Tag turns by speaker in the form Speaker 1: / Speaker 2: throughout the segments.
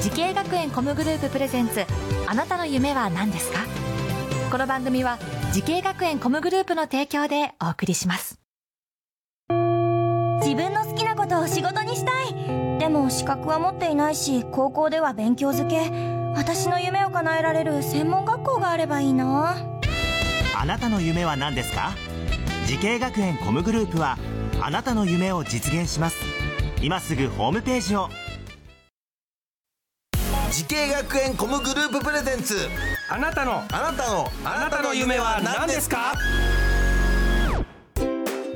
Speaker 1: 時系学園コムグループプレゼンツあなたの夢は何ですかこの番組は時系学園コムグループの提供でお送りします
Speaker 2: 自分の好きなことを仕事にしたいでも資格は持っていないし高校では勉強づけ私の夢を叶えられる専門学校があればいいな
Speaker 3: あなたの夢は何ですか時系学園コムグループはあなたの夢を実現します今すぐホームページを
Speaker 4: 時系学園コムグループプレゼンツ
Speaker 5: あなたの
Speaker 4: あなたの
Speaker 5: あなたの夢は何ですか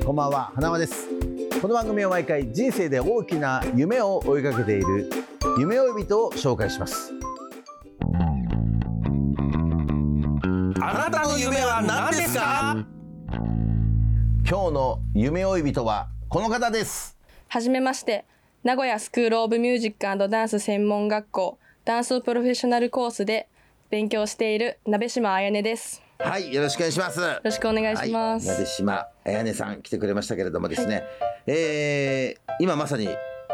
Speaker 6: こんばんは花輪ですこの番組は毎回人生で大きな夢を追いかけている夢追い人を紹介します
Speaker 5: あなたの夢は何ですか
Speaker 6: 今日の夢追い人はこの方です
Speaker 7: はじめまして。名古屋スクールオブミュージックダンス専門学校ダンスプロフェッショナルコースで勉強している鍋島彩音です。よ
Speaker 6: はいよろしくお願いします
Speaker 7: ろしくお願いします。
Speaker 6: はい、鍋島彩音さん来てくれましたけれどもですね、えー今まさに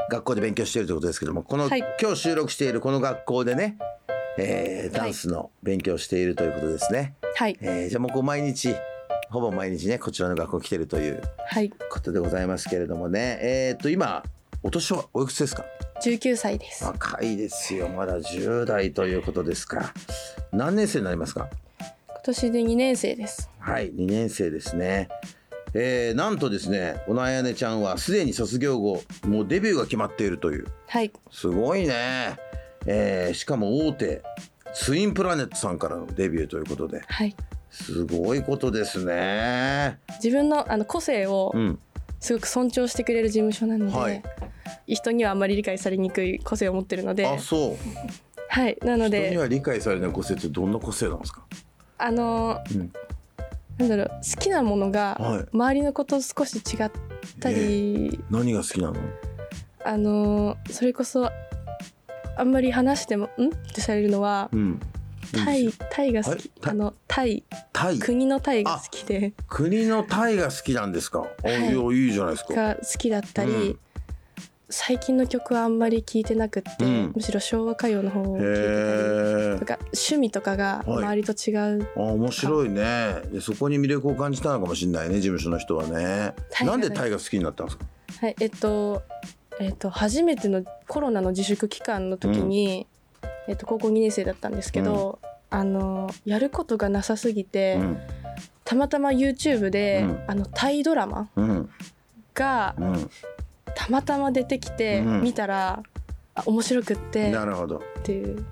Speaker 6: 学校で勉強しているということですけどもこの、
Speaker 7: はい
Speaker 6: 今日収録しているこの学校でね、えーダンスの勉強をしているということですね、
Speaker 7: はい。
Speaker 6: えーじゃあもうこう毎日ほぼ毎日ねこちらの学校来てるという
Speaker 7: はい。
Speaker 6: ことでございますけれどもねえっ、と今お年はおいくつですか
Speaker 7: 19歳です。
Speaker 6: 若いですよまだ10代ということですか何年生になりますか
Speaker 7: 今年で2年生です。
Speaker 6: はい、2年生ですね。えー、なんとですね、小野あやねちゃんはすでに卒業後、もうデビューが決まっているという。
Speaker 7: はい。
Speaker 6: すごいね。えーしかも大手、ツインプラネットさんからのデビューということで、
Speaker 7: はい。
Speaker 6: すごいことですね。
Speaker 7: 自分のあの個性を
Speaker 6: うん。
Speaker 7: すごく尊重してくれる事務所なので、
Speaker 6: はい
Speaker 7: 人にはあまり理解されにくい個性を持ってるので、
Speaker 6: あ、そう。
Speaker 7: はい。なの
Speaker 6: 人に
Speaker 7: で、
Speaker 6: は理解されない個性ってどんな個性なんですか
Speaker 7: あのー
Speaker 6: うん
Speaker 7: なんだろう好きなもの
Speaker 6: はい
Speaker 7: が周りの子と少し違ったり、
Speaker 6: 何が好きなの
Speaker 7: あのーそれこそあんまり話しても「ん?」ってされるのは
Speaker 6: うん。
Speaker 7: タイタイが
Speaker 6: は
Speaker 7: 好き
Speaker 6: いタイ
Speaker 7: あのタイ
Speaker 6: タイ。
Speaker 7: 国のタイが好きで
Speaker 6: 国のタイが好きなんですかあ、
Speaker 7: はい
Speaker 6: いや、いいじゃないですか。
Speaker 7: が好きだったり、
Speaker 6: うん
Speaker 7: 最近の曲はあんまり聴いてなくって、
Speaker 6: うん
Speaker 7: むしろ昭和歌謡の方を
Speaker 6: へ
Speaker 7: 聴いて
Speaker 6: ー
Speaker 7: たりと。か趣味とかが
Speaker 6: はい
Speaker 7: 周りと違う、
Speaker 6: あ面白いねでそこに魅力を感じたのかもしれないね事務所の人はね
Speaker 7: タイ
Speaker 6: な
Speaker 7: ガーが
Speaker 6: んでタイが好きになったんですか
Speaker 7: はいえっとえっと初めてのコロナの自粛期間の時に、えっと、高校2年生だったんですけど、あのやることがなさすぎて。
Speaker 6: うん
Speaker 7: たまたま YouTube で、
Speaker 6: うん
Speaker 7: あのタイドラマ
Speaker 6: うん
Speaker 7: が
Speaker 6: う
Speaker 7: たまたま出てきて、
Speaker 6: うん
Speaker 7: 見たらあ面白くって
Speaker 6: ん
Speaker 7: っ
Speaker 6: なるほど
Speaker 7: ていう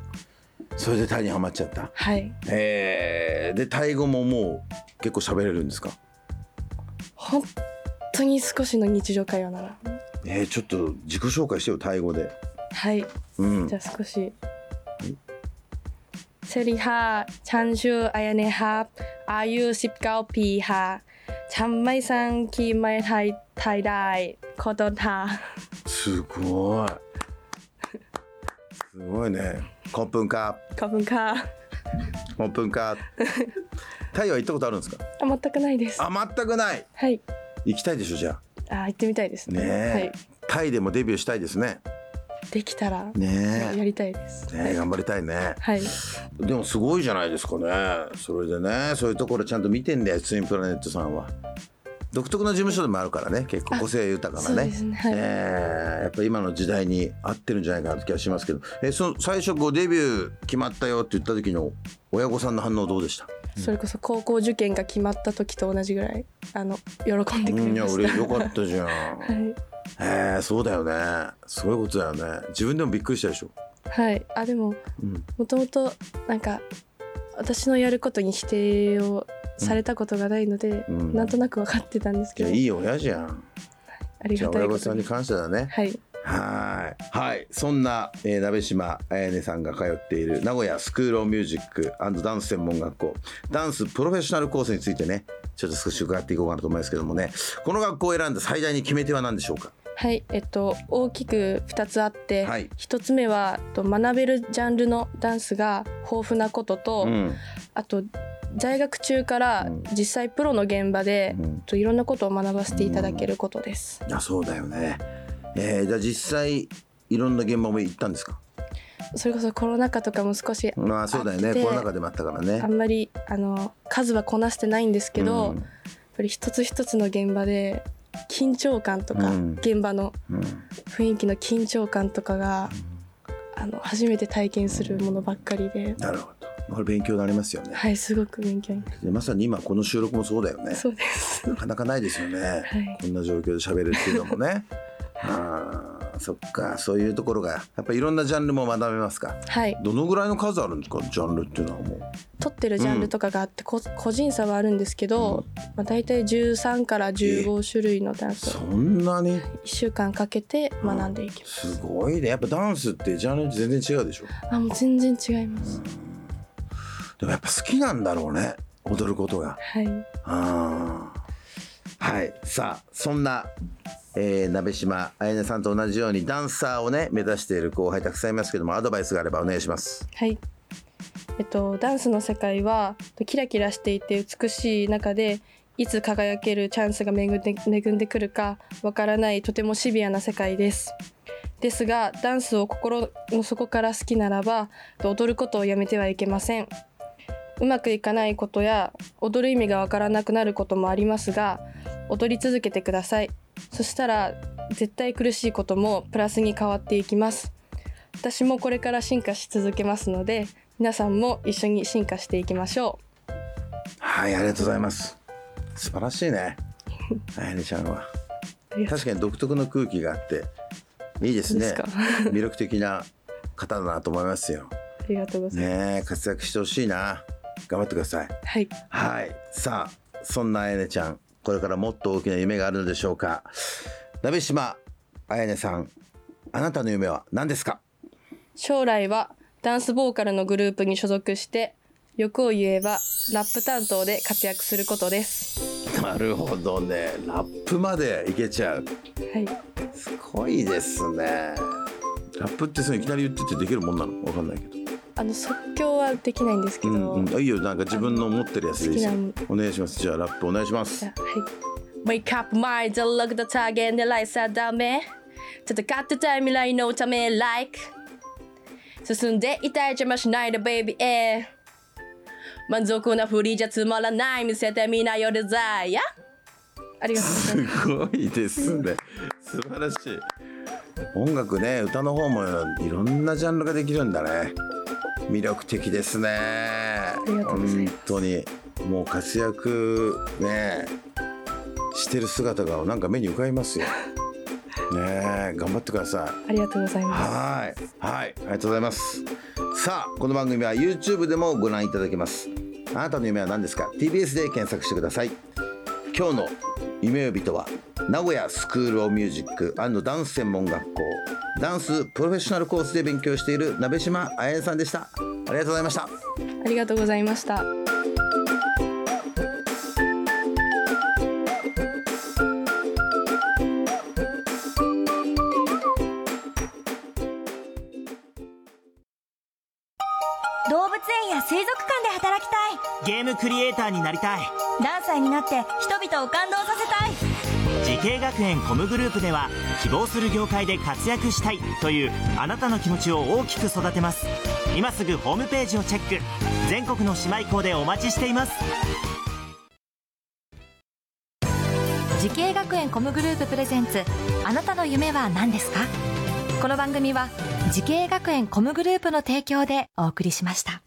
Speaker 6: それでタイにはまっちゃった
Speaker 7: はい
Speaker 6: えー、でタイ語ももう結構喋れるんですか
Speaker 7: 本当に少しの日常会話なら
Speaker 6: えー、ちょっと自己紹介してよタイ語で
Speaker 7: はい
Speaker 6: うん
Speaker 7: じゃあ少し。セリハ、チャンシュー、アヤネハ、アユシプカオピーハ、チャンマイさん、キーマイタイ、タイダイ、コトンハ。
Speaker 6: すごいすごいねコンプンカ
Speaker 7: カブンカ。あ、
Speaker 6: コンプン カタイは行ったことあるん ですか
Speaker 7: 全くないです。
Speaker 6: あ全くない
Speaker 7: はい。
Speaker 6: 行きたいでしょじゃあ
Speaker 7: あ、行ってみたいです
Speaker 6: ね
Speaker 7: ね。
Speaker 6: え、
Speaker 7: はい。
Speaker 6: タイでもデビューしたいですね
Speaker 7: できたら
Speaker 6: ねえ
Speaker 7: やりたいです。
Speaker 6: ね、頑張りたいね。
Speaker 7: はい。
Speaker 6: でもすごいじゃないですかね。それでね、そういうところちゃんと見てんだよ、ツインプラネットさんは。独特な事務所でもあるからね、結構個性豊か
Speaker 7: そ
Speaker 6: な
Speaker 7: う
Speaker 6: ね。
Speaker 7: ですね。はい。
Speaker 6: えーやっぱ今の時代に合ってるんじゃないかなって気がしますけど、えーその最初ごデビュー決まったよって言った時の親御さんの反応どうでした？
Speaker 7: それこそ高校受験が決まった時と同じぐらいあの喜んでくれ
Speaker 6: うん、いや
Speaker 7: ま
Speaker 6: 俺
Speaker 7: した。
Speaker 6: よかったじゃん。
Speaker 7: はい。
Speaker 6: えーそうだよね。すごいことだよね。自分でもびっくりしたでしょ。
Speaker 7: はい。あでも
Speaker 6: うん。
Speaker 7: もともとなんか私のやることに否定をされたことがないので、
Speaker 6: うん
Speaker 7: なんとなく分かってたんです
Speaker 6: い
Speaker 7: け
Speaker 6: や
Speaker 7: ど、
Speaker 6: いい親じゃん。
Speaker 7: あり
Speaker 6: じゃ
Speaker 7: が
Speaker 6: あ
Speaker 7: た
Speaker 6: 親
Speaker 7: いこ
Speaker 6: 御
Speaker 7: と
Speaker 6: さん
Speaker 7: に
Speaker 6: に感謝だね。
Speaker 7: はい。
Speaker 6: はいはいそんな、えー、鍋島彩音さんが通っている名古屋スクール・オブ・ミュージックダンス専門学校ダンスプロフェッショナルコースについてねちょっと少し伺っていこうかなと思いますけどもねこの学校を選んだ最大に決め手は何でしょうか
Speaker 7: はい。えっと大きく2つあって、
Speaker 6: はい
Speaker 7: 1つ目はえっと学べるジャンルのダンスが豊富なことと、
Speaker 6: ん、
Speaker 7: あと在学中から
Speaker 6: うん
Speaker 7: 実際プロの現場で、
Speaker 6: うん
Speaker 7: といろんなことを学ばせていただけることです。
Speaker 6: いやそうだよねえー、じゃあ実際いろんな現場も行ったんですか
Speaker 7: それこそコロナ禍とかも少し
Speaker 6: まあそうだよ
Speaker 7: あっ
Speaker 6: ね
Speaker 7: て
Speaker 6: コロナ禍でもあったから
Speaker 7: あ
Speaker 6: ね
Speaker 7: んまりあの数はこなしてないんですけど、
Speaker 6: うん
Speaker 7: やっぱり一つ一つの現場で緊張感とか、
Speaker 6: うん
Speaker 7: 現場の
Speaker 6: うん
Speaker 7: 雰囲気の緊張感とかが、あの初めて体験するものばっかりで、
Speaker 6: なるほどこれ勉強になりますよね
Speaker 7: はいすごく勉強になる
Speaker 6: でまさに今この収録もそうだよね
Speaker 7: そうです。
Speaker 6: なかなかないですよね、
Speaker 7: い
Speaker 6: こんな状況で喋れるっていうのもねあーそっかそういうところがやっぱいろんなジャンルも学べますか
Speaker 7: はい
Speaker 6: どのぐらいの数あるんですかジャンルっていうのはもう
Speaker 7: 撮ってるジャンルとかがあって、こ個人差はあるんですけど、まあ、大体13から15種類のダンス
Speaker 6: そ
Speaker 7: を
Speaker 6: んなに
Speaker 7: 1週間かけて学んでいきます、
Speaker 6: すごいねやっぱダンスってジャンル全然違うでしょ
Speaker 7: あもう全然違います、
Speaker 6: でもやっぱ好きなんだろうね踊ることが
Speaker 7: はい
Speaker 6: あーはいさあそんな、えー、鍋島彩音さんと同じようにダンサーをね目指している後輩たくさんいますけどもアドバイスがあればお願いします
Speaker 7: はいえっとダンスの世界はキラキラしていて美しい中でいつ輝けるチャンスが巡って巡んでくるかわからないとてもシビアな世界ですですがダンスを心の底から好きならば踊ることをやめてはいけませんうまくいかないことや踊る意味がわからなくなることもありますが踊り続けてくださいそしたら絶対苦しいこともプラスに変わっていきます私もこれから進化し続けますので皆さんも一緒に進化していきましょ
Speaker 6: はいありがとうございます素晴らしいね彩音ちゃんは
Speaker 7: ありがとう
Speaker 6: 確かに独特の空気があっていいです
Speaker 7: うで
Speaker 6: ね
Speaker 7: すか
Speaker 6: 魅力的な方だなと思いますよ
Speaker 7: ありがとうございます、
Speaker 6: ねえ活躍してほしいな頑張ってください
Speaker 7: はい
Speaker 6: はい。さあ、そんなあやねちゃん、これからもっと大きな夢があるのでしょうか。鍋島あやねさん、あなたの夢は何ですか
Speaker 7: 将来はダンスボーカルのグループに所属して欲を言えばラップ担当で活躍することです
Speaker 6: なるほどね。ラップまでいけちゃう。
Speaker 7: はい
Speaker 6: すごいですね。ラップってそのいきなり言っててできるもんなのわかんないけど。
Speaker 7: あの即興はできないんですけ
Speaker 6: う
Speaker 7: ど、
Speaker 6: んうん。あいいよ、なんか自分の持ってるやつでいいですよ
Speaker 7: 好き
Speaker 6: お願いします。じゃあラップお願いします。
Speaker 7: Wake up my the look the target the lights are down 戦ってたい未来のため like 進んでいたい邪魔しないで baby え満足なふりじゃつまらない見せてみなよデザイアありがとうございます
Speaker 6: すごいですね。素晴らしい。音楽ね、歌の方もいろんなジャンルができるんだね。魅力的ですね。
Speaker 7: りがとうございま
Speaker 6: 本当にもう活躍ねしてる姿がなんか目に浮かびますよ。ねえ、頑張ってください。
Speaker 7: ありがとうございます
Speaker 6: はい、はい、ありがとうございます。さあ、この番組は YouTube でもご覧いただけます。あなたの夢は何ですか ?TBS で検索してください。今日の夢呼びとは、名古屋スクールオブミュージックダンス専門学校、ダンスプロフェッショナルコースで勉強している鍋島彩音さんでした。ありがとうございました。
Speaker 7: ありがとうございました
Speaker 2: 動物園や水族館で働きたい
Speaker 3: ゲームクリエイターになりたい
Speaker 2: 何歳になって人々を感動させたい
Speaker 3: 時系学園コムグループでは希望する業界で活躍したいというあなたの気持ちを大きく育てます今すぐホームページをチェック全国の姉妹校でお待ちしています
Speaker 1: 時系学園コムグループプレゼンツあなたの夢は何ですかこの番組は時系学園コムグループの提供でお送りしました